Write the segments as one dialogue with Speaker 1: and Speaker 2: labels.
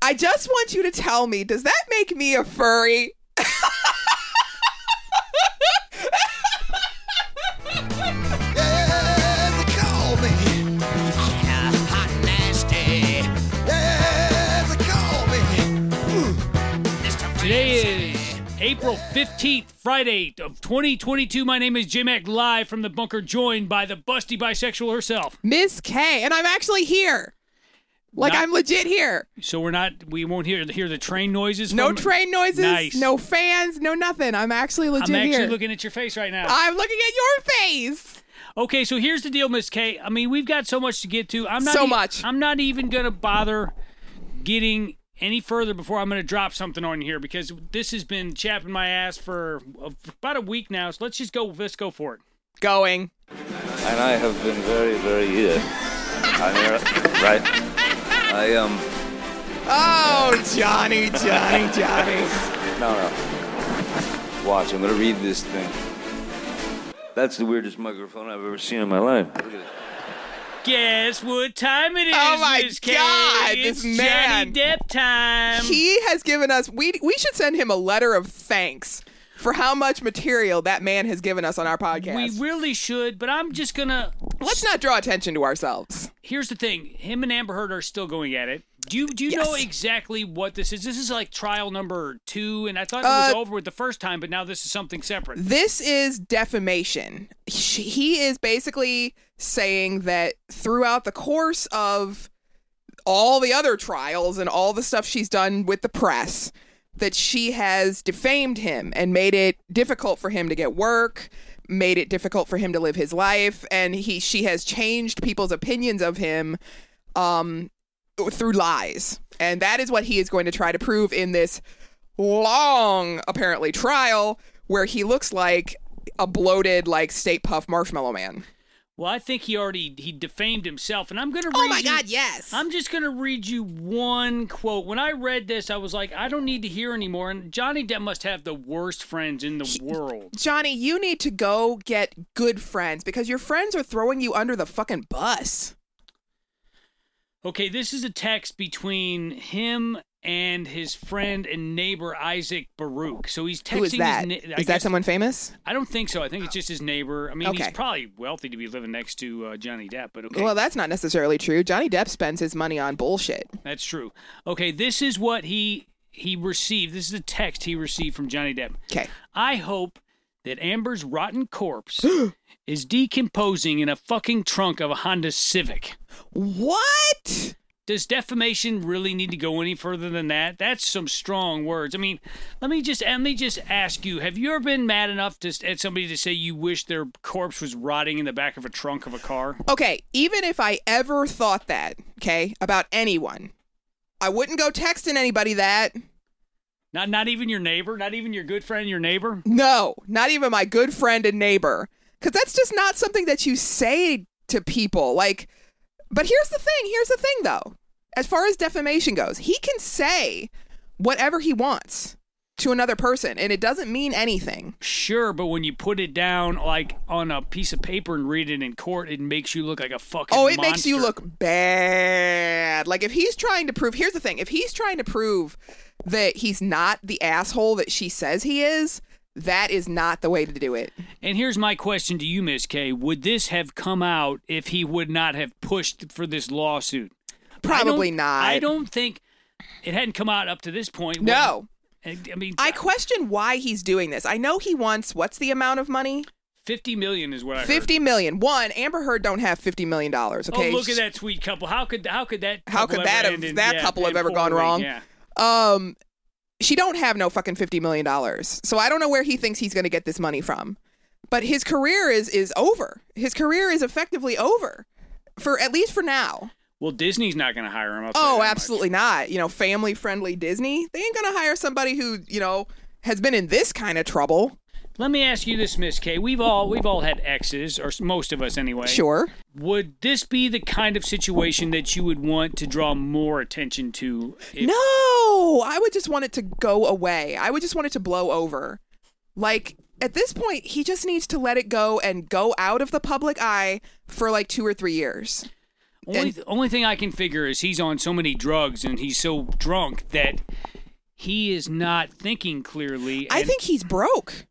Speaker 1: I just want you to tell me, does that make me a furry?
Speaker 2: Yeah, they call me. Hot nasty. Yeah, they call me.
Speaker 3: Today is April 15th, Friday of 2022. My name is J Mac, live from the bunker, joined by the busty bisexual herself.
Speaker 1: Miss K, and I'm actually here. Like
Speaker 3: Not-
Speaker 1: I'm legit here.
Speaker 3: So we're not, we won't hear hear the train noises.
Speaker 1: No
Speaker 3: from-
Speaker 1: train noises,
Speaker 3: Nice.
Speaker 1: no fans, no nothing. I'm actually legit
Speaker 3: I'm actually
Speaker 1: here.
Speaker 3: looking at your face right now.
Speaker 1: I'm looking at your face.
Speaker 3: Okay, so here's the deal, Miss K. I mean, we've got so much to get to. I'm not
Speaker 1: So
Speaker 3: e-
Speaker 1: much.
Speaker 3: I'm not even gonna bother getting any further before I'm gonna drop something on here because this has been chapping my ass for uh, about a week now. So let's just go. Let's go for it.
Speaker 1: Going.
Speaker 4: and I have been very, very ill. I'm here- right. I am. Um,
Speaker 1: Oh, Johnny, Johnny, Johnny.
Speaker 4: no, no. Watch. I'm gonna read this thing. That's the weirdest microphone I've ever seen in my life. Look at it.
Speaker 3: Guess what time it is?
Speaker 1: Oh my
Speaker 3: Miss K?
Speaker 1: God,
Speaker 3: It's
Speaker 1: this man.
Speaker 3: Johnny Depp time.
Speaker 1: he has given us we we should send him a letter of thanks for how much material that man has given us on our
Speaker 3: we
Speaker 1: podcast.
Speaker 3: really should, but I'm just gonna.
Speaker 1: Let's not draw attention to ourselves.
Speaker 3: Here's the thing: him and Amber Heard are still going at it. Do you do you know
Speaker 1: Yes.
Speaker 3: exactly what this is? This is like trial number two, and I thought it was
Speaker 1: Uh,
Speaker 3: over with the first time, but now this is something separate.
Speaker 1: This is defamation. She, he is basically saying that throughout the course of all the other trials and all the stuff she's done with the press, that she has defamed him and made it difficult for him to get work, made it difficult for him to live his life, and he she has changed people's opinions of him um, through lies. And that is what he is going to try to prove in this long, apparently, trial where he looks like a bloated, like, state puff marshmallow man.
Speaker 3: Well, I think he already he defamed himself, and I'm gonna. Read
Speaker 1: Oh my
Speaker 3: you-
Speaker 1: God, yes.
Speaker 3: I'm just gonna read you one quote. When I read this, I was like, I don't need to hear anymore. And Johnny Depp must have the worst friends in the world.
Speaker 1: Johnny, you need to go get good friends because your friends are throwing you under the fucking bus.
Speaker 3: Okay, this is a text between him and his friend and neighbor Isaac Baruch. So he's texting
Speaker 1: Who is that?
Speaker 3: his.
Speaker 1: Is
Speaker 3: na- I
Speaker 1: that
Speaker 3: guess-
Speaker 1: someone famous?
Speaker 3: I don't think so. I think it's just his neighbor. I mean, he's
Speaker 1: Okay.
Speaker 3: probably wealthy to be living next to uh, Johnny Depp, but okay,
Speaker 1: Well, that's not necessarily true. Johnny Depp spends his money on bullshit.
Speaker 3: that's true. Okay, this is what he he received. This is the text he received from Johnny Depp.
Speaker 1: Okay.
Speaker 3: I hope that Amber's rotten corpse is decomposing in a fucking trunk of a Honda Civic.
Speaker 1: What?
Speaker 3: Does defamation really need to go any further than that? That's some strong words. I mean, let me just let me just ask you: Have you ever been mad enough to, at somebody to say you wish their corpse was rotting in the back of a trunk of a car?
Speaker 1: Okay, even if I ever thought that, okay, about anyone, I wouldn't go texting anybody that.
Speaker 3: Not not even your neighbor, not even your good friend, your neighbor.
Speaker 1: No, not even my good friend and neighbor. Because that's just not something that you say to people. Like, but here's the thing. Here's the thing, though. As far as defamation goes, he can say whatever he wants to another person, and it doesn't mean anything.
Speaker 3: Sure, but when you put it down like on a piece of paper and read it in court, it makes you look like a fucking.
Speaker 1: Oh, it makes you
Speaker 3: monster.
Speaker 1: look bad. Like, if he's trying to prove, here's the thing if he's trying to prove that he's not the asshole that she says he is, that is not the way to do it.
Speaker 3: And here's my question to you, Miss K: Would this have come out if he would not have pushed for this lawsuit? I don't-
Speaker 1: Probably not.
Speaker 3: I don't think it hadn't come out up to this point.
Speaker 1: No.
Speaker 3: I I mean,
Speaker 1: I question why he's doing this. I know he wants what's the amount of money?
Speaker 3: fifty million is what I heard.
Speaker 1: Fifty million. One, Amber Heard don't have fifty million dollars. Okay.
Speaker 3: Oh, look at that sweet couple! How could how could that
Speaker 1: How could
Speaker 3: couple
Speaker 1: that have-
Speaker 3: ever end in-
Speaker 1: that
Speaker 3: yeah,
Speaker 1: couple have
Speaker 3: end
Speaker 1: ever gone
Speaker 3: poorly,
Speaker 1: wrong?
Speaker 3: Yeah.
Speaker 1: Um, she don't have no fucking fifty million dollars. So I don't know where he thinks he's going to get this money from. But his career is is over. His career is effectively over. For at least for now.
Speaker 3: Well, Disney's not going to hire him. I'll tell you
Speaker 1: Oh,
Speaker 3: that much.
Speaker 1: absolutely not. You know, family friendly Disney. They ain't gonna hire somebody who you know has been in this kind of trouble.
Speaker 3: Let me ask you this, Miss K. We've all we've all had exes, or s- most of us anyway.
Speaker 1: Sure.
Speaker 3: Would this be the kind of situation that you would want to draw more attention to? if-
Speaker 1: No, I would just want it to go away. I would just want it to blow over. Like at this point, he just needs to let it go and go out of the public eye for like two or three years.
Speaker 3: Only, only thing I can figure is he's on so many drugs and he's so drunk that he is not thinking clearly.
Speaker 1: I
Speaker 3: and-
Speaker 1: think he's broke.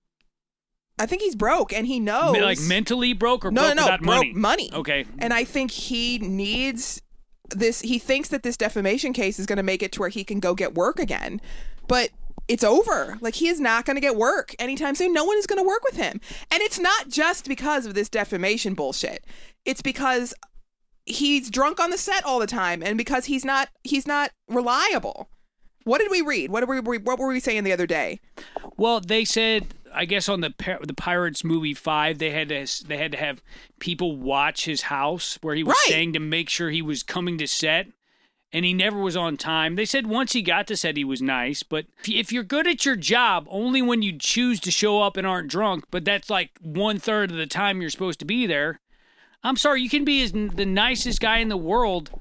Speaker 1: I think he's broke, and he knows.
Speaker 3: like mentally broke or
Speaker 1: no,
Speaker 3: broke
Speaker 1: no, no,
Speaker 3: without
Speaker 1: broke
Speaker 3: money.
Speaker 1: money.
Speaker 3: Okay.
Speaker 1: And I think he needs this. He thinks that this defamation case is going to make it to where he can go get work again, but it's over. Like he is not going to get work anytime soon. No one is going to work with him, and it's not just because of this defamation bullshit. It's because he's drunk on the set all the time, and because he's not he's not reliable. What did we read? What did we what were we saying the other day?
Speaker 3: Well, they said I guess on the Pir- the Pirates movie five they had to they had to have people watch his house where he was
Speaker 1: Right.
Speaker 3: staying to make sure he was coming to set. And he never was on time. They said once he got to set, he was nice. But if- if you're good at your job, only when you choose to show up and aren't drunk, but that's like one third of the time you're supposed to be there. I'm sorry, you can be as, the nicest guy in the world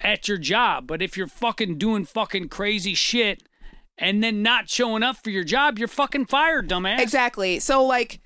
Speaker 3: at your job, but if you're fucking doing fucking crazy shit and then not showing up for your job, you're fucking fired, dumbass.
Speaker 1: Exactly. So like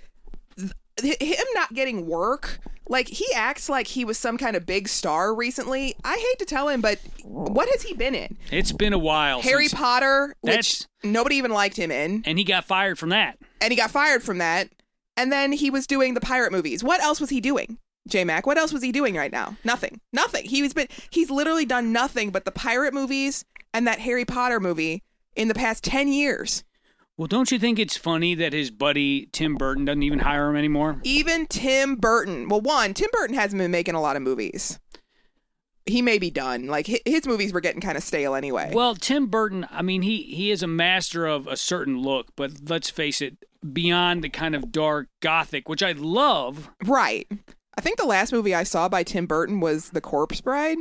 Speaker 1: th- him not getting work, like he acts like he was some kind of big star recently. I hate to tell him, but what has he been in?
Speaker 3: It's been a while.
Speaker 1: Harry
Speaker 3: since-
Speaker 1: Potter, which
Speaker 3: That's-
Speaker 1: nobody even liked him in,
Speaker 3: and he got fired from that.
Speaker 1: and he got fired from that. And then he was doing the pirate movies. What else was he doing? J Mac, what else was he doing right now? Nothing. Nothing. He's been he's literally done nothing but the pirate movies and that Harry Potter movie in the past 10 years.
Speaker 3: Well, don't you think it's funny that his buddy Tim Burton doesn't even hire him anymore?
Speaker 1: even Tim Burton. Well, one, Tim Burton hasn't been making a lot of movies. He may be done. Like hi- his movies were getting kind of stale anyway.
Speaker 3: Well, Tim Burton, I mean, he he is a master of a certain look, but let's face it, beyond the kind of dark gothic, which I love,
Speaker 1: right. I think the last movie I saw by Tim Burton was The Corpse Bride.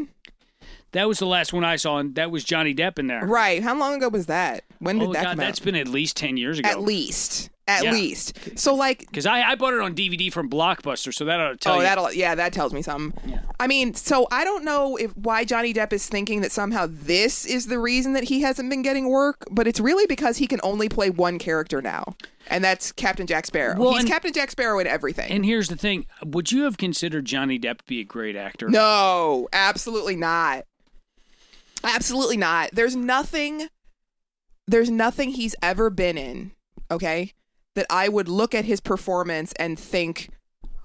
Speaker 3: that was the last one I saw, and that was Johnny Depp in there.
Speaker 1: Right. How long ago was that? When did
Speaker 3: Oh
Speaker 1: that
Speaker 3: God,
Speaker 1: come
Speaker 3: that's
Speaker 1: out?
Speaker 3: been at least ten years ago.
Speaker 1: At least. At
Speaker 3: Yeah.
Speaker 1: least. So like
Speaker 3: Because I, I bought it on DVD from Blockbuster, so that ought to
Speaker 1: Oh,
Speaker 3: tell you.
Speaker 1: that'll yeah, that tells me something. I mean, so I don't know if why Johnny Depp is thinking that somehow this is the reason that he hasn't been getting work, but it's really because he can only play one character now, and that's Captain Jack Sparrow.
Speaker 3: Well,
Speaker 1: He's
Speaker 3: and-
Speaker 1: Captain Jack Sparrow in everything.
Speaker 3: and here's the thing: Would you have considered Johnny Depp to be a great actor?
Speaker 1: no, absolutely not. Absolutely not. There's nothing. There's nothing he's ever been in. Okay, that I would look at his performance and think,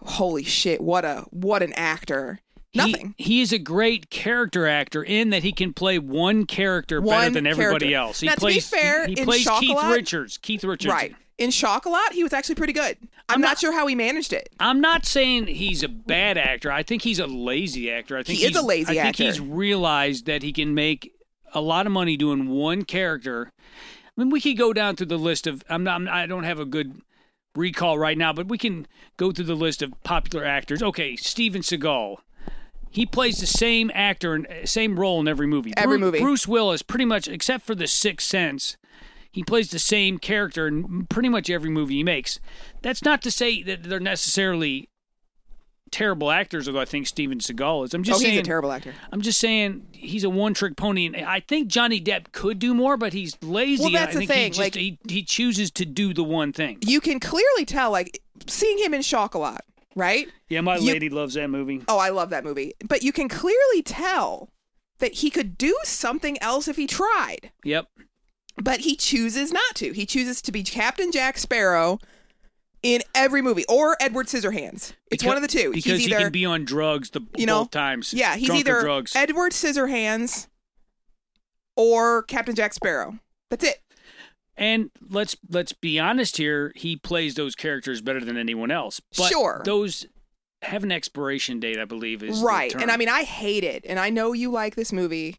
Speaker 1: "Holy shit! What a what an actor!"
Speaker 3: He-
Speaker 1: Nothing.
Speaker 3: He is a great character actor in that he can play one character better
Speaker 1: One
Speaker 3: than everybody
Speaker 1: character.
Speaker 3: else. He
Speaker 1: Now, to be
Speaker 3: plays,
Speaker 1: fair,
Speaker 3: he, he
Speaker 1: in
Speaker 3: plays Keith
Speaker 1: Chocolat-
Speaker 3: Richards. Keith Richards.
Speaker 1: Right. In Shock a lot, he was actually pretty good. I'm, not, sure how he managed it.
Speaker 3: I'm not saying he's a bad actor. I think he's a lazy actor. I think
Speaker 1: He is
Speaker 3: he's-
Speaker 1: a lazy
Speaker 3: I think
Speaker 1: actor.
Speaker 3: he's realized that he can make a lot of money doing one character. I mean, we could go down through the list of. I'm not. I'm- I don't have a good recall right now, but we can go through the list of popular actors. Okay, Steven Seagal. He plays the same actor and uh, same role in every movie.
Speaker 1: Every
Speaker 3: Bruce,
Speaker 1: movie.
Speaker 3: Bruce Willis, pretty much, except for The Sixth Sense, he plays the same character in pretty much every movie he makes. That's not to say that they're necessarily terrible actors, although I think Steven Seagal is. I'm
Speaker 1: Oh,
Speaker 3: just
Speaker 1: he's
Speaker 3: saying.
Speaker 1: a terrible actor.
Speaker 3: I'm just saying he's a one-trick pony, and I think Johnny Depp could do more, but he's lazy.
Speaker 1: Well,
Speaker 3: and
Speaker 1: that's
Speaker 3: I
Speaker 1: the
Speaker 3: think
Speaker 1: thing,
Speaker 3: He, just,
Speaker 1: like-
Speaker 3: he, he chooses to do the one thing.
Speaker 1: You can clearly tell, like, seeing him in Shock a lot, right?
Speaker 3: Yeah, my
Speaker 1: You-
Speaker 3: lady loves that movie.
Speaker 1: Oh, I love that movie. But you can clearly tell that he could do something else if he tried,
Speaker 3: Yep.
Speaker 1: but he chooses not to. He chooses to be Captain Jack Sparrow in every movie or Edward Scissorhands. It's one of the two.
Speaker 3: Because
Speaker 1: he's
Speaker 3: he
Speaker 1: either,
Speaker 3: can be on drugs the
Speaker 1: you know,
Speaker 3: both times.
Speaker 1: Yeah, he's
Speaker 3: drunk or
Speaker 1: either
Speaker 3: drugs.
Speaker 1: Edward Scissorhands or Captain Jack Sparrow. That's it.
Speaker 3: And let's let's be honest here, he plays those characters better than anyone else. But
Speaker 1: Sure.
Speaker 3: Those have an expiration date, I believe, is the
Speaker 1: right
Speaker 3: term.
Speaker 1: and i mean i hated and i know you like this movie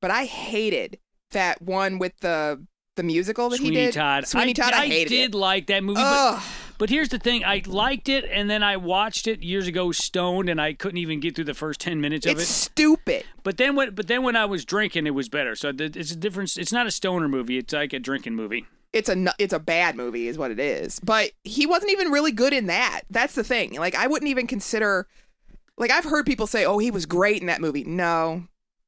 Speaker 1: but i hated that one with the the musical that
Speaker 3: Sweeney
Speaker 1: he did
Speaker 3: Todd.
Speaker 1: sweeney todd i, hated
Speaker 3: did
Speaker 1: it
Speaker 3: like that movie, but,
Speaker 1: Ugh.
Speaker 3: but here's the thing: I liked it, and then I watched it years ago, stoned, and I couldn't even get through the first ten minutes of
Speaker 1: it's
Speaker 3: it.
Speaker 1: stupid
Speaker 3: But then when but then when I was drinking, it was better. So th- it's a difference. It's not a stoner movie; it's like a drinking movie.
Speaker 1: it's a nu- it's a bad movie is what it is but he wasn't even really good in that that's the thing like i wouldn't even consider like i've heard people say oh he was great in that movie no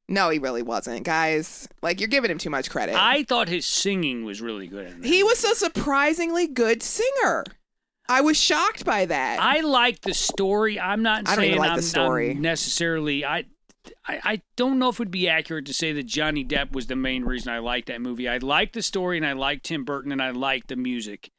Speaker 1: no he really wasn't guys like you're giving him too much credit
Speaker 3: I thought his singing was really good. In that.
Speaker 1: he was a surprisingly good singer i was shocked by that
Speaker 3: I like the story. I'm not
Speaker 1: I don't
Speaker 3: saying
Speaker 1: even like the
Speaker 3: I'm,
Speaker 1: story.
Speaker 3: I'm necessarily. I I, I don't know if it would be accurate to say that Johnny Depp was the main reason I liked that movie. I liked the story and I liked Tim Burton and I liked the music.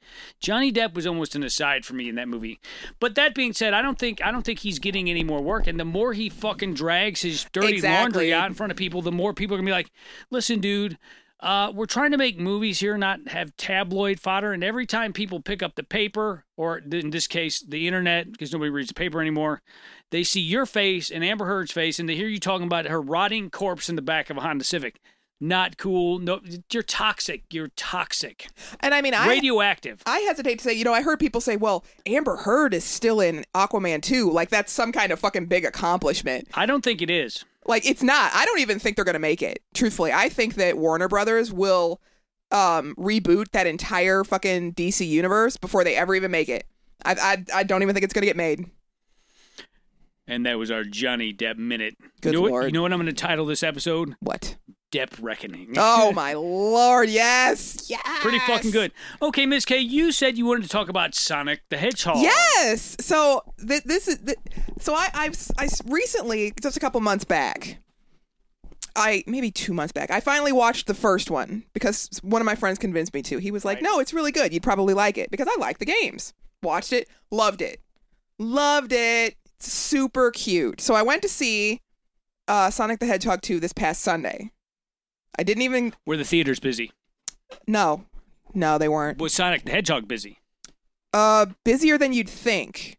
Speaker 3: Johnny Depp was almost an aside for me in that movie. But that being said, I don't think I don't think he's getting any more work. And the more he fucking drags his dirty
Speaker 1: Exactly.
Speaker 3: laundry out in front of people, the more people are gonna be like, "Listen, dude." Uh, we're trying to make movies here, not have tabloid fodder. And every time people pick up the paper, or in this case, the internet, because nobody reads the paper anymore, they see your face and Amber Heard's face, and they hear you talking about her rotting corpse in the back of a Honda Civic. Not cool. No, you're toxic. You're toxic.
Speaker 1: And I mean, I
Speaker 3: Radioactive.
Speaker 1: I hesitate to say, you know, I heard people say, well, Amber Heard is still in Aquaman 2. Like, that's some kind of fucking big accomplishment.
Speaker 3: I don't think it is.
Speaker 1: Like, it's not. I don't even think they're going to make it, truthfully. I think that Warner Brothers will um, reboot that entire fucking DC universe before they ever even make it. I, I, I don't even think it's going to get made.
Speaker 3: And that was our Johnny Depp minute.
Speaker 1: Good
Speaker 3: you know What,
Speaker 1: Lord.
Speaker 3: you know what I'm going to title this episode?
Speaker 1: What?
Speaker 3: Depp Reckoning.
Speaker 1: Oh, my Lord. Yes. Yes.
Speaker 3: Pretty fucking good. Okay, Miss K, you said you wanted to talk about Sonic the Hedgehog.
Speaker 1: Yes. So th- this is th- so I I've s- I s- recently just a couple months back. I maybe 2 months back. I finally watched the first one because one of my friends convinced me to. He was like, "No, it's really good. You'd probably like it because I like the games." Watched it, loved it. Loved it. Super cute. So I went to see uh, Sonic the Hedgehog 2 this past Sunday. I didn't even
Speaker 3: Were the theaters busy?
Speaker 1: no. No, they weren't.
Speaker 3: Was Sonic the Hedgehog busy?
Speaker 1: Uh busier than you'd think.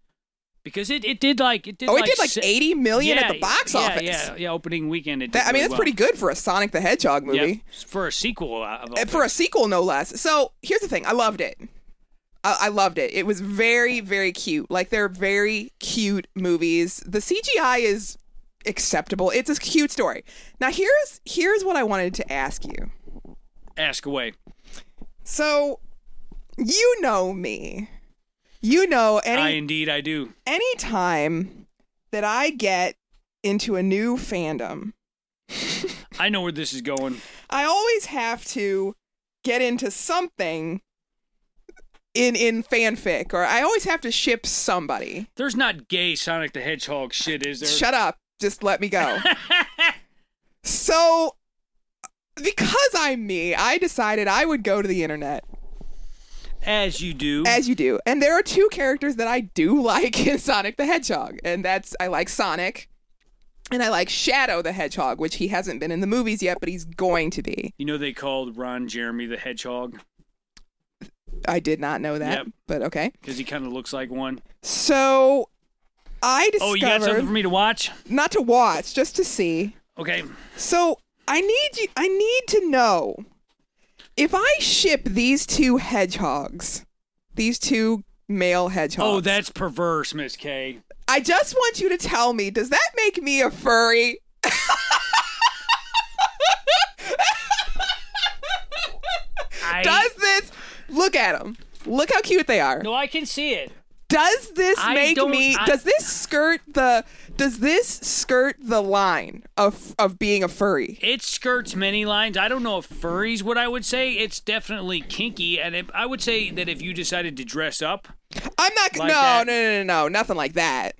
Speaker 3: Because it, it did like it did.
Speaker 1: Oh, it
Speaker 3: like
Speaker 1: did like
Speaker 3: se-
Speaker 1: 80 million at
Speaker 3: Yeah,
Speaker 1: the box
Speaker 3: yeah,
Speaker 1: office.
Speaker 3: Yeah, yeah, opening weekend. It did
Speaker 1: That, I mean,
Speaker 3: really
Speaker 1: that's pretty good for a Sonic the Hedgehog
Speaker 3: well.
Speaker 1: movie.
Speaker 3: Yeah, for a sequel. uh, Of all
Speaker 1: And For a sequel, no less. So here's the thing I loved it. I, I loved it. It was very, very cute. Like, they're very cute movies. The CGI is acceptable. It's a cute story. Now, here's here's what I wanted to ask you.
Speaker 3: things. ask away.
Speaker 1: So, you know me. You know any
Speaker 3: I indeed I do.
Speaker 1: any time that I get into a new fandom,
Speaker 3: I know where this is going.
Speaker 1: I always have to get into something in in fanfic, or I always have to ship somebody.
Speaker 3: There's not gay Sonic the Hedgehog shit, is there?
Speaker 1: Shut up, just let me go. so, because I'm me, I decided I would go to the internet,
Speaker 3: As you do.
Speaker 1: as you do. And there are two characters that I do like in Sonic the Hedgehog, and that's I like Sonic. And I like Shadow the Hedgehog, which he hasn't been in the movies yet, but he's going to be.
Speaker 3: you know they called Ron Jeremy the Hedgehog
Speaker 1: I did not know that,
Speaker 3: Yep.
Speaker 1: but okay.
Speaker 3: because he kind of looks like one.
Speaker 1: So I discovered
Speaker 3: Oh, you got something for me to watch?
Speaker 1: not to watch, just to see.
Speaker 3: Okay.
Speaker 1: So I need you. I need to know if I ship these two hedgehogs, these two male hedgehogs.
Speaker 3: Oh, that's perverse, Miss K.
Speaker 1: I just want you to tell me. Does that make me a furry?
Speaker 3: I,
Speaker 1: Does this? Look at them. Look how cute they are.
Speaker 3: No, I can see it.
Speaker 1: Does this
Speaker 3: I
Speaker 1: make
Speaker 3: don't-
Speaker 1: me?
Speaker 3: I-
Speaker 1: does this skirt the? Does this skirt the line of of being a furry?
Speaker 3: It skirts many lines. I don't know if furry's what I would say. It's definitely kinky, and if, I would say that if you decided to dress up,
Speaker 1: I'm not.
Speaker 3: like
Speaker 1: no,
Speaker 3: that.
Speaker 1: no, no, no, no, nothing like that.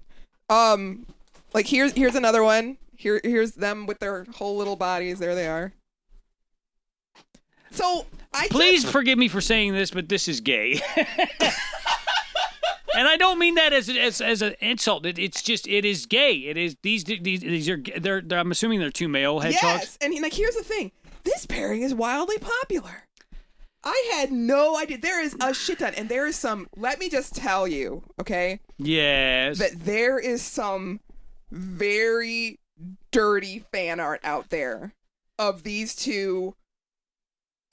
Speaker 1: Um, like here's here's another one. Here here's them with their whole little bodies. There they are. So I
Speaker 3: please
Speaker 1: just-
Speaker 3: forgive me for saying this, but this is gay. And I don't mean that as as, as an insult. It, it's just it is gay. It is these these these are they're, they're I'm assuming they're two male hedgehogs.
Speaker 1: yes, and like here's the thing. This pairing is wildly popular. I had no idea. There is a shit ton, and there is some. Let me just tell you, okay,
Speaker 3: Yes.
Speaker 1: that there is some very dirty fan art out there of these two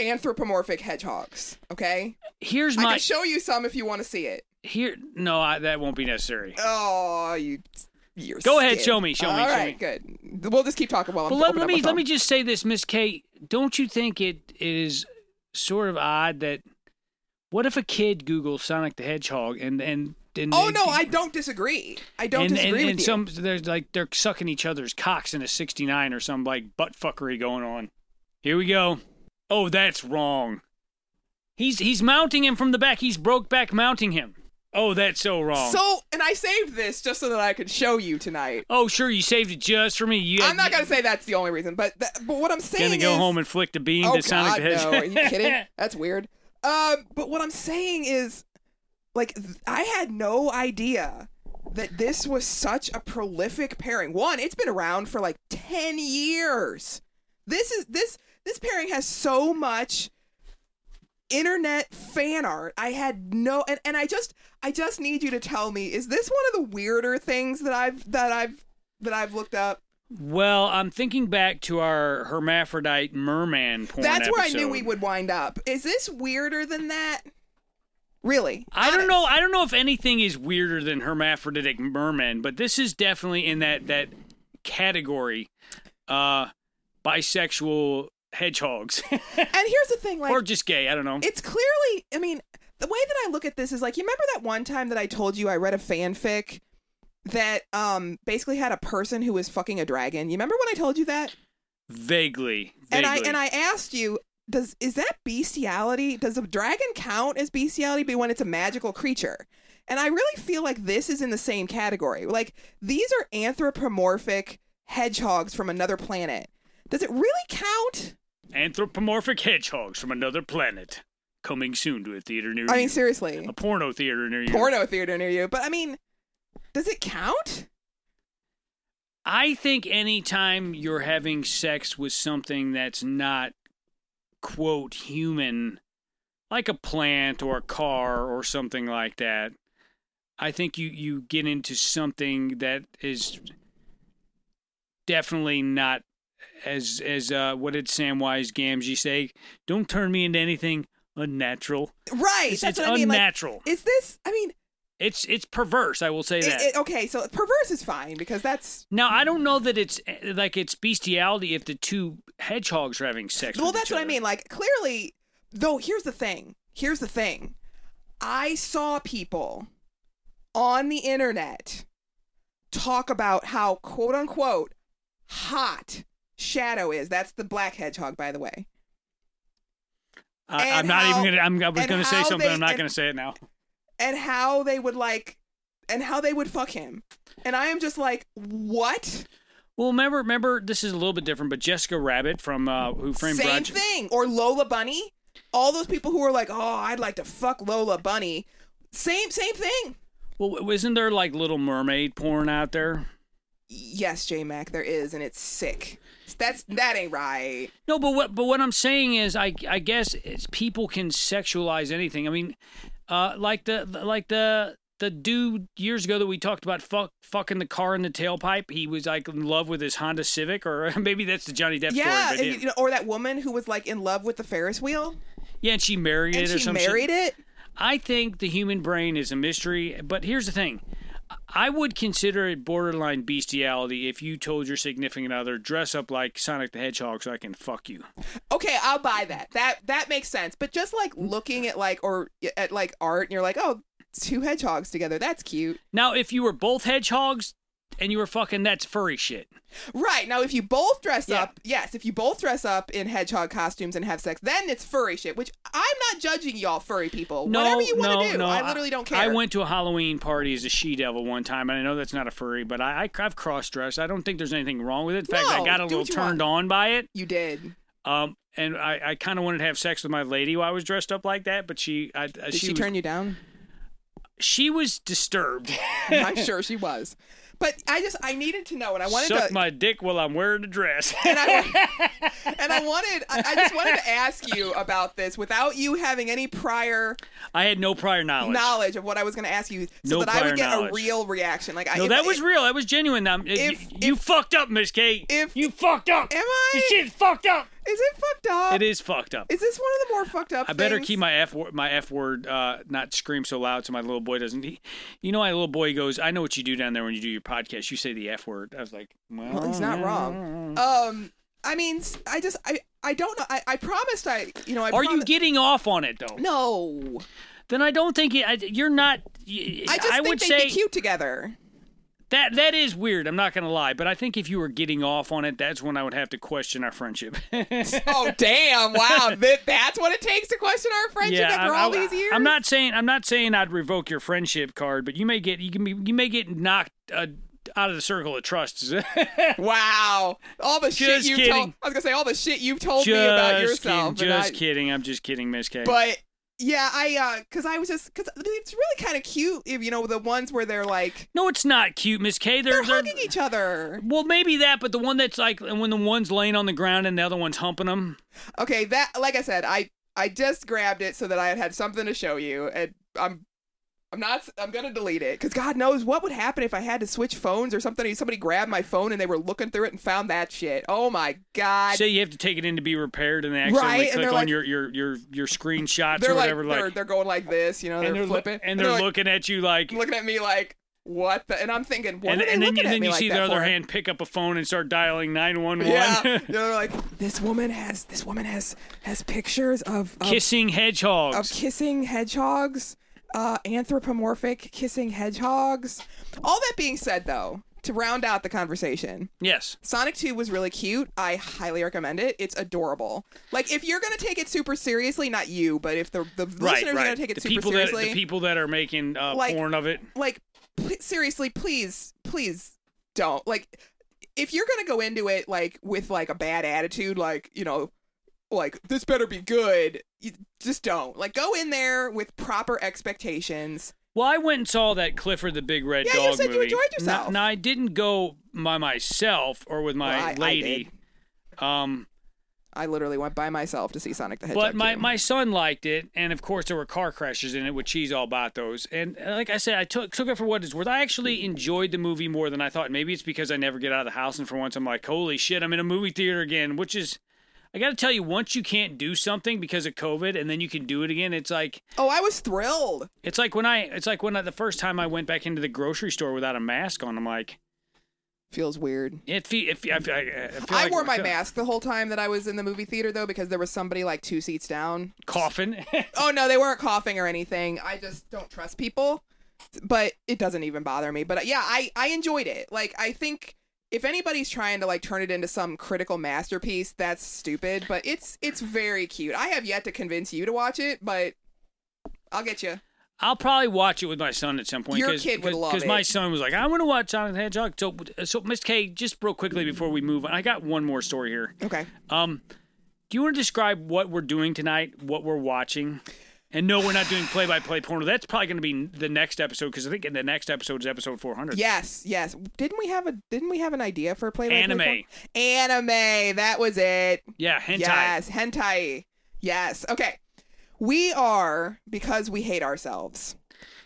Speaker 1: anthropomorphic hedgehogs. Okay,
Speaker 3: Here's
Speaker 1: I
Speaker 3: my
Speaker 1: can show you some if you want to see it.
Speaker 3: here. No, I, that won't be necessary.
Speaker 1: Oh, you. You're
Speaker 3: Go ahead,
Speaker 1: skid.
Speaker 3: show me, show me,
Speaker 1: All
Speaker 3: show
Speaker 1: right, good. We'll just keep talking while I'm.
Speaker 3: But let,
Speaker 1: opening
Speaker 3: let
Speaker 1: up
Speaker 3: me
Speaker 1: my
Speaker 3: let me
Speaker 1: phone.
Speaker 3: just say this, Miss Kate. Don't you think it is sort of odd that what if a kid Googles Sonic the Hedgehog and and and
Speaker 1: Oh
Speaker 3: they-
Speaker 1: no, I don't disagree. I don't
Speaker 3: and,
Speaker 1: disagree
Speaker 3: and,
Speaker 1: with
Speaker 3: and
Speaker 1: you.
Speaker 3: some there's like they're sucking each other's cocks in a 69 or some like butt fuckery going on. Here we go. Oh, that's wrong. He's he's mounting him from the back. He's broke back mounting him. Oh, that's so wrong.
Speaker 1: So, and I saved this just so that I could show you tonight.
Speaker 3: oh, sure, you saved it just for me. You
Speaker 1: I'm not gonna say that's the only reason, but th- but what I'm saying
Speaker 3: Gonna go
Speaker 1: is,
Speaker 3: home and flick the bean
Speaker 1: oh
Speaker 3: to Sonic
Speaker 1: God,
Speaker 3: the
Speaker 1: no,
Speaker 3: Hedgehog.
Speaker 1: are you kidding? That's weird. Um, but what I'm saying is, like, th- I had no idea that this was such a prolific pairing. One, it's been around for like ten years. This is this this pairing has so much internet fan art. I had no and, and I just I just need you to tell me is this one of the weirder things that I've that I've that I've looked up?
Speaker 3: well, I'm thinking back to our hermaphrodite merman porn.
Speaker 1: That's where I knew
Speaker 3: episode.
Speaker 1: we would wind up. Is this weirder than that? Really?
Speaker 3: I don't
Speaker 1: Honest.
Speaker 3: know. I don't know if anything is weirder than hermaphroditic merman, but this is definitely in that that category. Uh, bisexual hedgehogs,
Speaker 1: And here's the thing, like
Speaker 3: or just gay. I don't know.
Speaker 1: it's clearly I mean, the way that I look at this is like you remember that one time that I told you I read a fanfic that um basically had a person who was fucking a dragon. You remember when I told you that?
Speaker 3: vaguely, vaguely.
Speaker 1: And I and I asked you does is that bestiality? Does a dragon count as bestiality but when it's a magical creature? And I really feel like this is in the same category. Like these are anthropomorphic hedgehogs from another planet. Does it really count?
Speaker 3: Anthropomorphic hedgehogs from another planet, coming soon to a theater near
Speaker 1: I
Speaker 3: you.
Speaker 1: mean seriously.
Speaker 3: a porno theater near you.
Speaker 1: Porno theater near you. But I mean, does it count?
Speaker 3: I think anytime you're having sex with something that's not quote human, like a plant or a car or something like that, I think you you get into something that is definitely not as as uh, what did Samwise Gamgee say? Don't turn me into anything unnatural.
Speaker 1: Right.
Speaker 3: It's,
Speaker 1: that's
Speaker 3: it's
Speaker 1: what I mean. Like
Speaker 3: unnatural.
Speaker 1: is this I mean
Speaker 3: it's it's perverse. I will say
Speaker 1: it,
Speaker 3: that.
Speaker 1: it, okay, so perverse is fine because that's
Speaker 3: Now I don't know that it's eh, like it's bestiality if the two hedgehogs are having sex.
Speaker 1: Well,
Speaker 3: with
Speaker 1: that's
Speaker 3: each
Speaker 1: what I
Speaker 3: other.
Speaker 1: mean. Like, clearly, though, here's the thing. Here's the thing. I saw people on the internet talk about how, quote unquote, hot Shadow is. That's the black hedgehog, by the way.
Speaker 3: I,
Speaker 1: and
Speaker 3: I'm not
Speaker 1: how-
Speaker 3: even gonna. I'm, I was
Speaker 1: and
Speaker 3: gonna say
Speaker 1: how
Speaker 3: something.
Speaker 1: they-
Speaker 3: I'm not
Speaker 1: and-
Speaker 3: gonna say it now.
Speaker 1: And how they would, like, and how they would fuck him. And I am just like, what?
Speaker 3: Well, remember, remember, this is a little bit different, but Jessica Rabbit from uh, Who Framed
Speaker 1: Same
Speaker 3: Roger.
Speaker 1: thing. Or Lola Bunny. All those people who are like, oh, I'd like to fuck Lola Bunny. Same, same thing.
Speaker 3: Well, isn't there like Little Mermaid porn out there?
Speaker 1: Yes, J Mac, there is, and it's sick. That's that ain't right.
Speaker 3: No, but what but what I'm saying is, I I guess it's, people can sexualize anything. I mean, uh, like the like the the dude years ago that we talked about fuck, fucking the car in the tailpipe. He was like in love with his Honda Civic, or maybe that's the Johnny Depp
Speaker 1: yeah,
Speaker 3: story. but
Speaker 1: and, you know, or that woman who was like in love with the Ferris wheel
Speaker 3: yeah, and she married
Speaker 1: and
Speaker 3: it or
Speaker 1: she
Speaker 3: something.
Speaker 1: married it.
Speaker 3: I think the human brain is a mystery, but here's the thing. I would consider it borderline bestiality if you told your significant other, dress up like Sonic the Hedgehog so I can fuck you.
Speaker 1: Okay, I'll buy that. That that makes sense. But just like looking at like or at like art, and you're like, oh, two hedgehogs together. That's cute.
Speaker 3: Now, if you were both hedgehogs and you were fucking, that's furry shit.
Speaker 1: Right now, if you both dress
Speaker 3: Yeah.
Speaker 1: up, yes, if you both dress up in hedgehog costumes and have sex, then it's furry shit. Which I'm not judging y'all, furry people.
Speaker 3: No,
Speaker 1: Whatever you
Speaker 3: no,
Speaker 1: want to do,
Speaker 3: no.
Speaker 1: I literally don't care.
Speaker 3: I went to a Halloween party as a she devil one time, and I know that's not a furry, but I, I, I've cross dressed. I don't think there's anything wrong with it. In fact, I
Speaker 1: No,
Speaker 3: got a
Speaker 1: do
Speaker 3: little
Speaker 1: what you
Speaker 3: turned
Speaker 1: want.
Speaker 3: on by it.
Speaker 1: You did.
Speaker 3: Um, and I, I kind of wanted to have sex with my lady while I was dressed up like that, but she, I,
Speaker 1: Did she,
Speaker 3: was,
Speaker 1: turn you down?
Speaker 3: she was disturbed.
Speaker 1: I'm sure she was. But I just I needed to know, and I wanted
Speaker 3: Suck
Speaker 1: to,
Speaker 3: my dick while I'm wearing a dress.
Speaker 1: and I and I wanted I, I just wanted to ask you about this without you having any prior
Speaker 3: I had no prior knowledge.
Speaker 1: knowledge of what I was going to ask you, so
Speaker 3: No
Speaker 1: that I
Speaker 3: prior
Speaker 1: would get
Speaker 3: knowledge.
Speaker 1: a real reaction. Like, I,
Speaker 3: No,
Speaker 1: if-
Speaker 3: that was
Speaker 1: if-
Speaker 3: real. That was genuine. Um, y-
Speaker 1: If-
Speaker 3: y- you
Speaker 1: if-
Speaker 3: fucked up, Miss Kate.
Speaker 1: if-
Speaker 3: you fucked up.
Speaker 1: Am I-
Speaker 3: This shit's fucked up.
Speaker 1: is it fucked up?
Speaker 3: It is fucked up.
Speaker 1: Is this one of the more fucked up?
Speaker 3: I better
Speaker 1: things?
Speaker 3: keep my f word, my f word, uh, not scream so loud so my little boy doesn't. He, you know, my little boy goes, "I know what you do down there when you do your podcast. You say the f word." I was like, "Well,
Speaker 1: Well, he's not wrong. Um, I mean, s- I just I I don't know. I, I promised I you know I
Speaker 3: Are you
Speaker 1: promi-
Speaker 3: getting off on it though?
Speaker 1: no.
Speaker 3: Then I don't think it, I, you're not. y-
Speaker 1: I just think
Speaker 3: would
Speaker 1: they'd
Speaker 3: say
Speaker 1: be cute together.
Speaker 3: That that is weird. I'm not gonna lie, but I think if you were getting off on it, that's when I would have to question our friendship.
Speaker 1: Oh damn! Wow, Th- that's what it takes to question our friendship after
Speaker 3: I-
Speaker 1: all
Speaker 3: I-
Speaker 1: these years.
Speaker 3: I'm not saying I'm not saying I'd revoke your friendship card, but you may get you can be you may get knocked uh, out of the circle of trust. just
Speaker 1: Wow, all the shit
Speaker 3: Just
Speaker 1: you've
Speaker 3: kidding.
Speaker 1: told. I was gonna say all the shit you've told me about yourself.
Speaker 3: kidding,
Speaker 1: and
Speaker 3: just
Speaker 1: I-
Speaker 3: kidding. I'm just kidding, Miss K.
Speaker 1: But yeah, I uh, cause I was just cause it's really kind of cute if you know the ones where they're like
Speaker 3: no, it's not cute, Miss K.
Speaker 1: they're
Speaker 3: They're, they're,
Speaker 1: hugging each other.
Speaker 3: well, maybe that, but the one that's like when the one's laying on the ground and the other one's humping them.
Speaker 1: Okay, that like I said, I I just grabbed it so that I had something to show you, and I'm I'm not I'm gonna delete it because God knows what would happen if I had to switch phones or something. Somebody grabbed my phone and they were looking through it and found that shit. Oh my God!
Speaker 3: Say you have to take it in to be repaired, and they actually
Speaker 1: Right, and
Speaker 3: click
Speaker 1: they're
Speaker 3: on
Speaker 1: like-
Speaker 3: your your your your screenshots
Speaker 1: they're
Speaker 3: or whatever,
Speaker 1: like
Speaker 3: like,
Speaker 1: they're, they're going like this, you know, they're,
Speaker 3: and they're lo-
Speaker 1: flipping
Speaker 3: and they're,
Speaker 1: like,
Speaker 3: looking at you like.
Speaker 1: looking at me like what the, and I'm thinking, what
Speaker 3: and,
Speaker 1: are they
Speaker 3: and then,
Speaker 1: looking
Speaker 3: and
Speaker 1: at
Speaker 3: then
Speaker 1: me
Speaker 3: you
Speaker 1: like
Speaker 3: see
Speaker 1: that
Speaker 3: the other
Speaker 1: for?
Speaker 3: hand pick up a phone and start dialing 911
Speaker 1: Yeah, you know, they're like this woman has this woman has has pictures of, of
Speaker 3: kissing hedgehogs
Speaker 1: of kissing hedgehogs, uh, anthropomorphic kissing hedgehogs. All that being said, though, to round out the conversation,
Speaker 3: yes
Speaker 1: Sonic 2 was really cute. I highly recommend it. It's adorable. Like, if you're going to take it super seriously, not you, but if the, the
Speaker 3: right
Speaker 1: listeners are
Speaker 3: right
Speaker 1: going to take it
Speaker 3: the
Speaker 1: super
Speaker 3: people
Speaker 1: seriously,
Speaker 3: that the people that are making uh,
Speaker 1: Like-
Speaker 3: porn of it
Speaker 1: like, pl- seriously, please, please don't. Like, if you're going to go into it, like, with, like, a bad attitude, like, you know, like, this better be good, you just don't. Like, go in there with proper expectations.
Speaker 3: well i went and saw that clifford the big red
Speaker 1: Yeah, you
Speaker 3: dog
Speaker 1: said you
Speaker 3: movie
Speaker 1: enjoyed
Speaker 3: Now-
Speaker 1: yourself.
Speaker 3: now, i didn't go by myself or with my
Speaker 1: Well, I- I
Speaker 3: lady um
Speaker 1: I literally went by myself to see Sonic the Hedgehog.
Speaker 3: but my,
Speaker 1: two.
Speaker 3: my son liked it and of course there were car crashes in it with cheese all about those and uh, like i said i took took it for what it's worth i actually enjoyed the movie more than i thought maybe it's because i never get out of the house and for once i'm like holy shit i'm in a movie theater again which is i gotta tell you once you can't do something because of covid and then you can do it again it's like
Speaker 1: oh, I was thrilled.
Speaker 3: it's like when i it's like when I, the first time i went back into the grocery store without a mask on i'm like
Speaker 1: Feels weird.
Speaker 3: it fe- it fe- I, fe- I, I, feel
Speaker 1: I
Speaker 3: like-
Speaker 1: wore my
Speaker 3: feel-
Speaker 1: mask the whole time that I was in the movie theater though because there was somebody like two seats down.
Speaker 3: coughing
Speaker 1: Oh no, they weren't coughing or anything. I just don't trust people. But it doesn't even bother me. But uh, yeah, I I enjoyed it. Like I think if anybody's trying to like turn it into some critical masterpiece, that's stupid, but it's it's very cute. I have yet to convince you to watch it, but I'll get you.
Speaker 3: I'll probably watch it with my son at some point.
Speaker 1: Your
Speaker 3: 'cause-
Speaker 1: kid would
Speaker 3: cause,
Speaker 1: love
Speaker 3: Because my
Speaker 1: it.
Speaker 3: son was like, I want to watch Sonic the Hedgehog. So, so Miss K, just real quickly before we move on, I got one more story here.
Speaker 1: Okay.
Speaker 3: Um, do you want to describe what we're doing tonight, what we're watching? And no, we're not doing play-by-play porno. That's probably going to be the next episode because I think in the next episode is episode 400.
Speaker 1: Yes, yes. Didn't we have a didn't we have an idea for a play?
Speaker 3: Anime.
Speaker 1: Anime. That was it.
Speaker 3: Yeah, hentai.
Speaker 1: Yes, hentai. Yes. Okay. We are because we hate ourselves.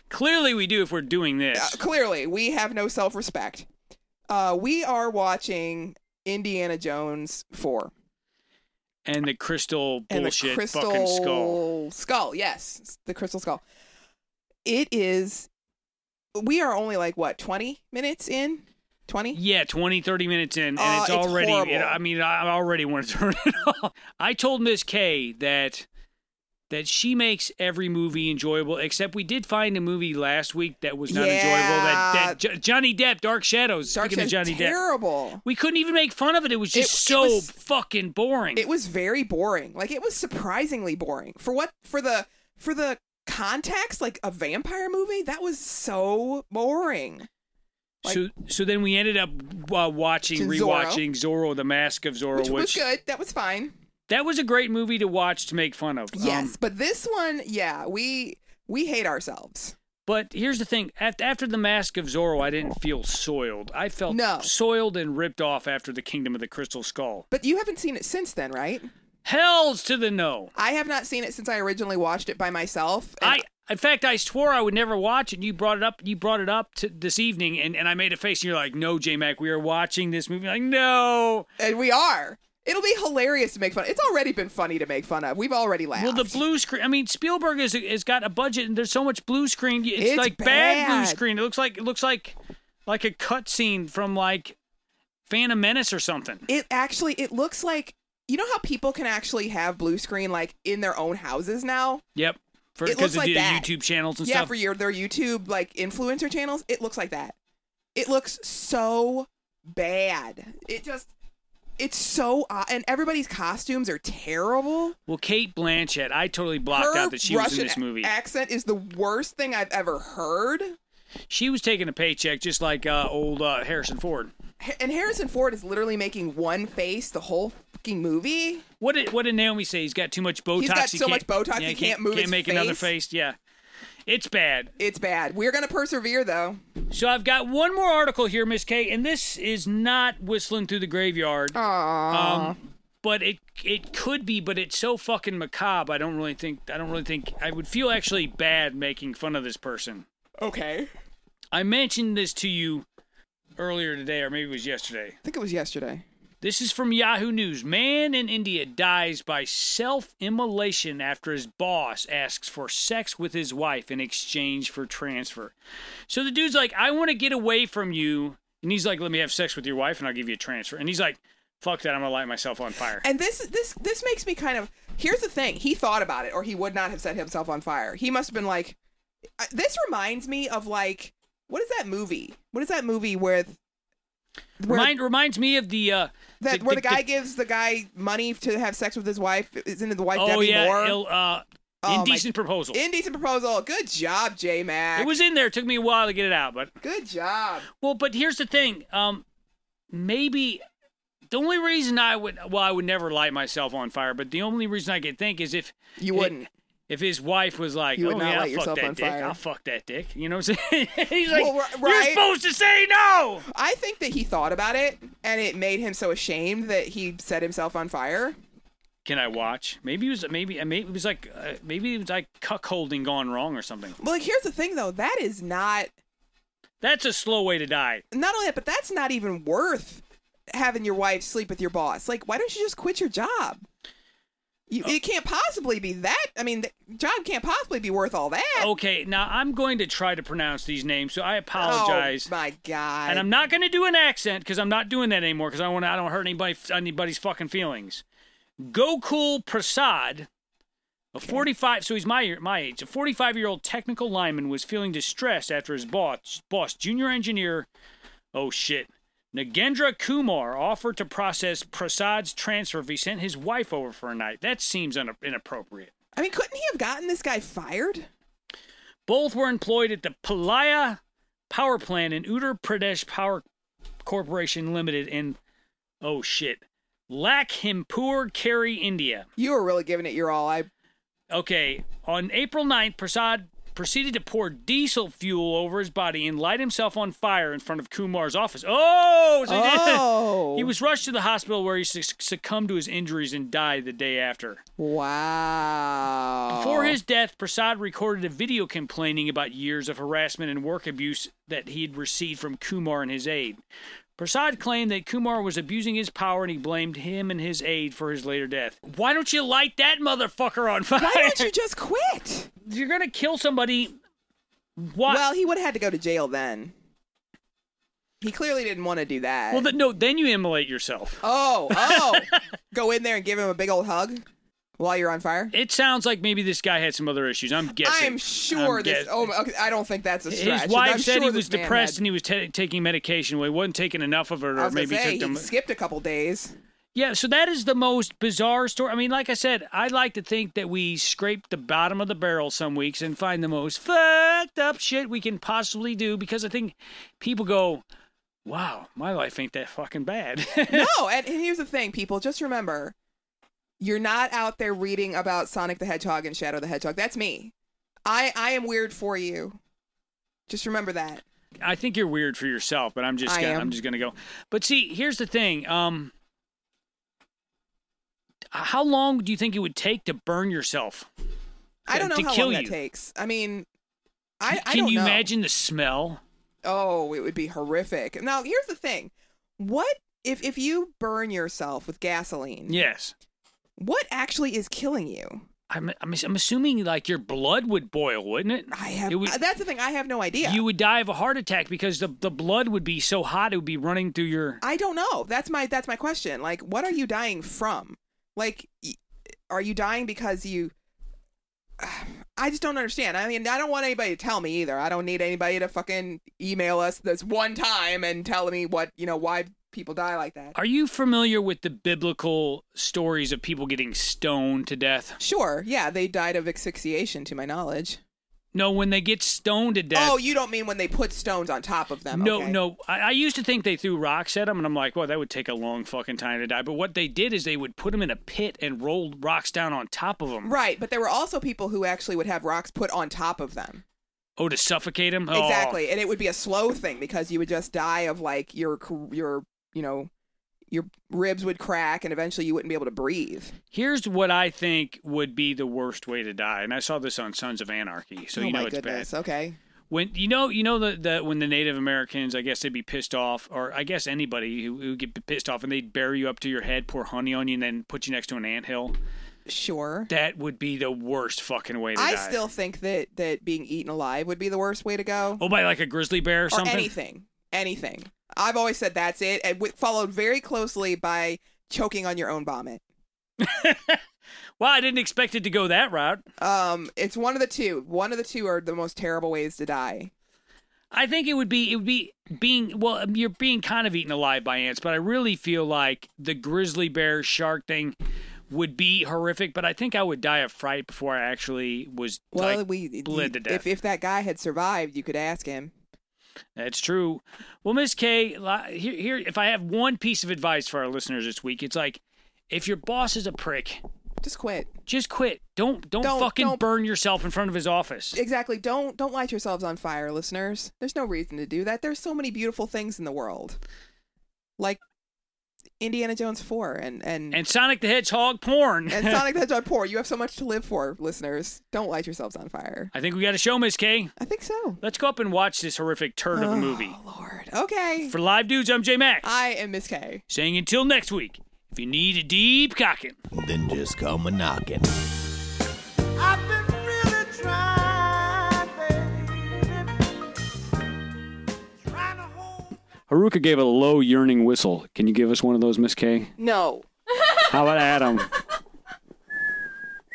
Speaker 3: Clearly, we do if we're doing this.
Speaker 1: Uh, clearly, we have no self-respect. Uh, we are watching Indiana Jones 4
Speaker 3: and the crystal
Speaker 1: and
Speaker 3: bullshit
Speaker 1: the crystal
Speaker 3: fucking skull.
Speaker 1: Skull, yes, the crystal skull. It is we are only like what, 20 minutes in? 20?
Speaker 3: Yeah, 20, 30 minutes in, and
Speaker 1: Uh,
Speaker 3: it's
Speaker 1: it's
Speaker 3: already.
Speaker 1: horrible.
Speaker 3: it- I mean, I I already want to turn it off. I told Miss K that that she makes every movie enjoyable, except we did find a movie last week that was not enjoyable. That,
Speaker 1: Yeah.
Speaker 3: that Jo- Johnny Depp, Dark Shadows.
Speaker 1: Dark
Speaker 3: speaking of
Speaker 1: Shadows,
Speaker 3: Johnny Depp,
Speaker 1: terrible.
Speaker 3: we couldn't even make fun of it. It was just
Speaker 1: It- it
Speaker 3: so
Speaker 1: was-
Speaker 3: fucking boring.
Speaker 1: It was very boring. Like it was surprisingly boring for what for the for the context like a vampire movie. That was so boring. like-
Speaker 3: so, so then we ended up uh, watching,
Speaker 1: Zorro.
Speaker 3: rewatching Zorro, The Mask of Zorro,
Speaker 1: Which was
Speaker 3: which,
Speaker 1: good. That was fine.
Speaker 3: that was a great movie to watch to make fun of. Um,
Speaker 1: Yes, but this one, yeah, we we hate ourselves.
Speaker 3: But here's the thing: Af- after the Mask of Zorro, I didn't feel soiled. I felt
Speaker 1: No.
Speaker 3: soiled and ripped off after the Kingdom of the Crystal Skull.
Speaker 1: But you haven't seen it since then, right?
Speaker 3: Hell's to the no!
Speaker 1: I have not seen it since I originally watched it by myself. and
Speaker 3: I, in fact, I swore I would never watch it. You brought it up. You brought it up to this evening, and, and I made a face. And you're like, "No, J Mac, we are watching this movie." Like, no.
Speaker 1: and we are. It'll be hilarious to make fun. It's already been funny to make fun of. We've already laughed.
Speaker 3: Well, the blue screen. I mean, Spielberg has, has got a budget, and there's so much blue screen. It's,
Speaker 1: It's
Speaker 3: like bad. blue
Speaker 1: bad.
Speaker 3: screen. It looks like it looks like like a cutscene from like Phantom Menace or something.
Speaker 1: it actually it looks like you know how people can actually have blue screen like in their own houses now
Speaker 3: Yep.
Speaker 1: It
Speaker 3: Because
Speaker 1: looks
Speaker 3: of
Speaker 1: like
Speaker 3: the
Speaker 1: that.
Speaker 3: YouTube channels and
Speaker 1: yeah
Speaker 3: stuff.
Speaker 1: for your their youtube like influencer channels it looks like that It looks so bad. It just it's so odd. and everybody's costumes are terrible.
Speaker 3: Well, Kate Blanchett, I totally blocked
Speaker 1: Her
Speaker 3: out that she
Speaker 1: Russian
Speaker 3: was in this movie.
Speaker 1: accent is the worst thing I've ever heard.
Speaker 3: she was taking a paycheck just like uh, old uh, Harrison Ford.
Speaker 1: Ha- And Harrison Ford is literally making one face the whole fucking movie.
Speaker 3: What did what did Naomi say? He's got too much Botox.
Speaker 1: He's got
Speaker 3: he
Speaker 1: so
Speaker 3: can't-
Speaker 1: much Botox, he can't move
Speaker 3: Can't
Speaker 1: his
Speaker 3: make another
Speaker 1: face.
Speaker 3: face. Yeah, it's bad.
Speaker 1: It's bad. We're gonna persevere though.
Speaker 3: So I've got one more article here, Miss K, and this is not whistling through the graveyard. Um, but it it could be, but it's so fucking macabre. I don't really think I don't really think I would feel actually bad making fun of this person.
Speaker 1: Okay.
Speaker 3: I mentioned this to you earlier today, or maybe it was yesterday.
Speaker 1: I think it was yesterday.
Speaker 3: This is from Yahoo News. Man in India dies by self immolation after his boss asks for sex with his wife in exchange for transfer. So the dude's like, I want to get away from you. And he's like, let me have sex with your wife and I'll give you a transfer. And he's like, fuck that. I'm going to light myself on fire.
Speaker 1: And this this this makes me kind of here's the thing. He thought about it, or he would not have set himself on fire. He must have been like, I- this reminds me of like what is that movie? What is that movie where th- where
Speaker 3: Remind, reminds me of the. Uh,
Speaker 1: that where the, guy gives the guy money to have sex with his wife? Isn't it the wife
Speaker 3: Oh,
Speaker 1: Debbie
Speaker 3: yeah.
Speaker 1: Moore?
Speaker 3: ill- uh,
Speaker 1: Oh, my-
Speaker 3: indecent proposal.
Speaker 1: Indecent proposal. Good job, J Mac.
Speaker 3: it was in there. It took me a while to get it out, but
Speaker 1: good job.
Speaker 3: Well, but here's the thing. Um, maybe the only reason I would, well, I would never light myself on fire, but the only reason I could think is if
Speaker 1: You wouldn't.
Speaker 3: if his wife was like,
Speaker 1: You would
Speaker 3: "Oh
Speaker 1: not
Speaker 3: yeah,
Speaker 1: light
Speaker 3: I'll fuck
Speaker 1: yourself
Speaker 3: that
Speaker 1: on
Speaker 3: dick.
Speaker 1: fire.
Speaker 3: I'll fuck that dick," you know what I'm saying? He's like,
Speaker 1: Well, ri-
Speaker 3: "You're
Speaker 1: right.
Speaker 3: supposed to say no."
Speaker 1: I think that he thought about it, and it made him so ashamed that he set himself on fire.
Speaker 3: Can I watch? Maybe it was maybe maybe it was like uh, maybe it was like cuckolding gone wrong or something.
Speaker 1: Well, like here's the thing though, that is not
Speaker 3: That's a slow way to die.
Speaker 1: not only that, but that's not even worth having your wife sleep with your boss. Like, why don't you just quit your job? You,
Speaker 3: Oh.
Speaker 1: It can't possibly be that. I mean, the job can't possibly be worth all that.
Speaker 3: Okay, now I'm going to try to pronounce these names, so Oh, I apologize.
Speaker 1: Oh, my God.
Speaker 3: and I'm not going to do an accent because I'm not doing that anymore because I want I don't hurt anybody anybody's fucking feelings. Gokul Prasad, a 45, so he's my my age, a 45 year old technical lineman was feeling distressed after his boss boss junior engineer, oh shit, Nagendra Kumar offered to process Prasad's transfer if he sent his wife over for a night. That seems un- inappropriate.
Speaker 1: I mean, couldn't he have gotten this guy fired?
Speaker 3: Both were employed at the Palaya Power Plant in Uttar Pradesh Power Corporation Limited in, oh shit, Lakhimpur, Kerry, India.
Speaker 1: You were really giving it your all. I
Speaker 3: Okay, on April 9th, Prasad proceeded to pour diesel fuel over his body and light himself on fire in front of Kumar's office. Oh! so-
Speaker 1: oh,
Speaker 3: He was rushed to the hospital where he suc- succumbed to his injuries and died the day after.
Speaker 1: wow.
Speaker 3: Before his death, Prasad recorded a video complaining about years of harassment and work abuse that he had received from Kumar and his aide. Prasad claimed that Kumar was abusing his power and he blamed him and his aide for his later death. Why don't you light that motherfucker on fire?
Speaker 1: why don't you just quit?
Speaker 3: you- are gonna kill somebody. Why?
Speaker 1: Well, he would have had to go to jail then. He clearly didn't want to do that.
Speaker 3: well, th- no. Then you immolate yourself.
Speaker 1: Oh, oh. Go in there and give him a big old hug while you're on fire.
Speaker 3: It sounds like maybe this guy had some other issues. I'm guessing.
Speaker 1: I'm sure
Speaker 3: I'm
Speaker 1: this.
Speaker 3: guess-
Speaker 1: Oh, my- okay, I don't think that's a stretch.
Speaker 3: um, His wife
Speaker 1: I'm
Speaker 3: said
Speaker 1: sure
Speaker 3: he
Speaker 1: this
Speaker 3: was
Speaker 1: man
Speaker 3: depressed
Speaker 1: had-
Speaker 3: and he was ta taking medication. Well, he wasn't taking enough of it,
Speaker 1: I
Speaker 3: or
Speaker 1: was gonna
Speaker 3: maybe
Speaker 1: say,
Speaker 3: took them.
Speaker 1: he skipped a couple days.
Speaker 3: Yeah, so that is the most bizarre story. I mean, like I said, I like to think that we scrape the bottom of the barrel some weeks and find the most fucked up shit we can possibly do because I think people go, wow, my life ain't that fucking bad.
Speaker 1: no, and, and here's the thing, people. Just remember, you're not out there reading about Sonic the Hedgehog and Shadow the Hedgehog. That's me. I I am weird for you. Just remember that.
Speaker 3: I think you're weird for yourself, but I'm just
Speaker 1: I
Speaker 3: gonna,
Speaker 1: am.
Speaker 3: I'm just gonna go. But see, here's the thing. Um, how long do you think it would take to burn yourself?
Speaker 1: I don't know
Speaker 3: To
Speaker 1: how
Speaker 3: kill
Speaker 1: long
Speaker 3: you.
Speaker 1: that takes. I mean, I I
Speaker 3: Can
Speaker 1: don't
Speaker 3: you
Speaker 1: know.
Speaker 3: imagine the smell?
Speaker 1: Oh, it would be horrific. Now, here's the thing. What if if you burn yourself with gasoline?
Speaker 3: Yes.
Speaker 1: What actually is killing you?
Speaker 3: I'm, I'm, I'm assuming like your blood would boil, wouldn't it?
Speaker 1: I have uh,
Speaker 3: It would-
Speaker 1: That's the thing. I have no idea.
Speaker 3: you would die of a heart attack because the, the blood would be so hot it would be running through your
Speaker 1: I don't know. That's my that's my question. Like what are you dying from? Like y- are you dying because you I just don't understand. I mean, I don't want anybody to tell me either. I don't need anybody to fucking email us this one time and tell me what, you know, why people die like that.
Speaker 3: Are you familiar with the biblical stories of people getting stoned to death?
Speaker 1: Sure. Yeah, they died of asphyxiation to my knowledge.
Speaker 3: No, when they get stoned to death.
Speaker 1: Oh, you don't mean when they put stones on top of them.
Speaker 3: No,
Speaker 1: okay.
Speaker 3: no. I, I used to think they threw rocks at them, and I'm like, well, that would take a long fucking time to die. But what they did is they would put them in a pit and rolled rocks down on top of them.
Speaker 1: Right, but there were also people who actually would have rocks put on top of them.
Speaker 3: Oh, to suffocate them?
Speaker 1: Exactly. And it would be a slow thing because you would just die of like your cr- your, you know, your ribs would crack and eventually you wouldn't be able to breathe.
Speaker 3: Here's what I think would be the worst way to die, and I saw this on Sons of Anarchy, so
Speaker 1: oh
Speaker 3: you know
Speaker 1: my
Speaker 3: it's bad.
Speaker 1: goodness. Okay.
Speaker 3: when you know you know the, the when the Native Americans, I guess they'd be pissed off, or I guess anybody who, who would get pissed off, and they'd bury you up to your head, pour honey on you, and then put you next to an anthill.
Speaker 1: Sure.
Speaker 3: That would be the worst fucking way to
Speaker 1: I
Speaker 3: die.
Speaker 1: still think that that being eaten alive would be the worst way to go.
Speaker 3: oh by like a grizzly bear or,
Speaker 1: or
Speaker 3: something.
Speaker 1: anything. Anything. I've always said that's it, and wi- followed very closely by choking on your own vomit.
Speaker 3: Well, I didn't expect it to go that route.
Speaker 1: Um, it's one of the two. One of the two are the most terrible ways to die.
Speaker 3: I think it would be it would be being well um, you're being kind of eaten alive by ants, but I really feel like the grizzly bear shark thing would be horrific. But I think I would die of fright before I actually was
Speaker 1: Well,
Speaker 3: like,
Speaker 1: we
Speaker 3: bled to death.
Speaker 1: If if that guy had survived, you could ask him.
Speaker 3: That's true. Well, Miss K, li- here, here, if I have one piece of advice for our listeners this week, it's like, if your boss is a prick,
Speaker 1: Just quit.
Speaker 3: just quit. Don't, don't,
Speaker 1: Don't-
Speaker 3: fucking
Speaker 1: don't-
Speaker 3: burn yourself in front of his office.
Speaker 1: Exactly. Don't don't light yourselves on fire, listeners. There's no reason to do that. There's so many beautiful things in the world, like Indiana Jones four and and
Speaker 3: and Sonic the Hedgehog porn.
Speaker 1: and Sonic the Hedgehog four. You have so much to live for, listeners. Don't light yourselves on fire.
Speaker 3: I think we got a show, Miss K.
Speaker 1: I think so.
Speaker 3: Let's go up and watch this horrific turd of a movie.
Speaker 1: Oh Lord. Okay.
Speaker 3: For live dudes, I'm J Max.
Speaker 1: I am Miss K.
Speaker 3: saying until next week, if you need a deep cocking.
Speaker 2: Then just come a knocking.
Speaker 5: I've been really trying, baby. Trying to hold.
Speaker 3: Haruka gave a low yearning whistle. Can you give us one of those, Miss K?
Speaker 1: No.
Speaker 3: How about Adam?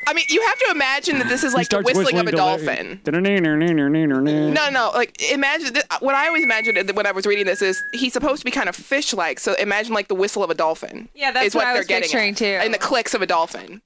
Speaker 1: I mean, you have to imagine that this is like the whistling of a dolphin. No, no, like imagine th- what I always imagined it- when I was reading this is he's supposed to be kind of fish-like. So imagine like the whistle of a dolphin.
Speaker 6: Yeah, that's
Speaker 1: is
Speaker 6: what I
Speaker 1: they're
Speaker 6: was
Speaker 1: getting
Speaker 6: picturing,
Speaker 1: at.
Speaker 6: too.
Speaker 1: and the clicks of a dolphin.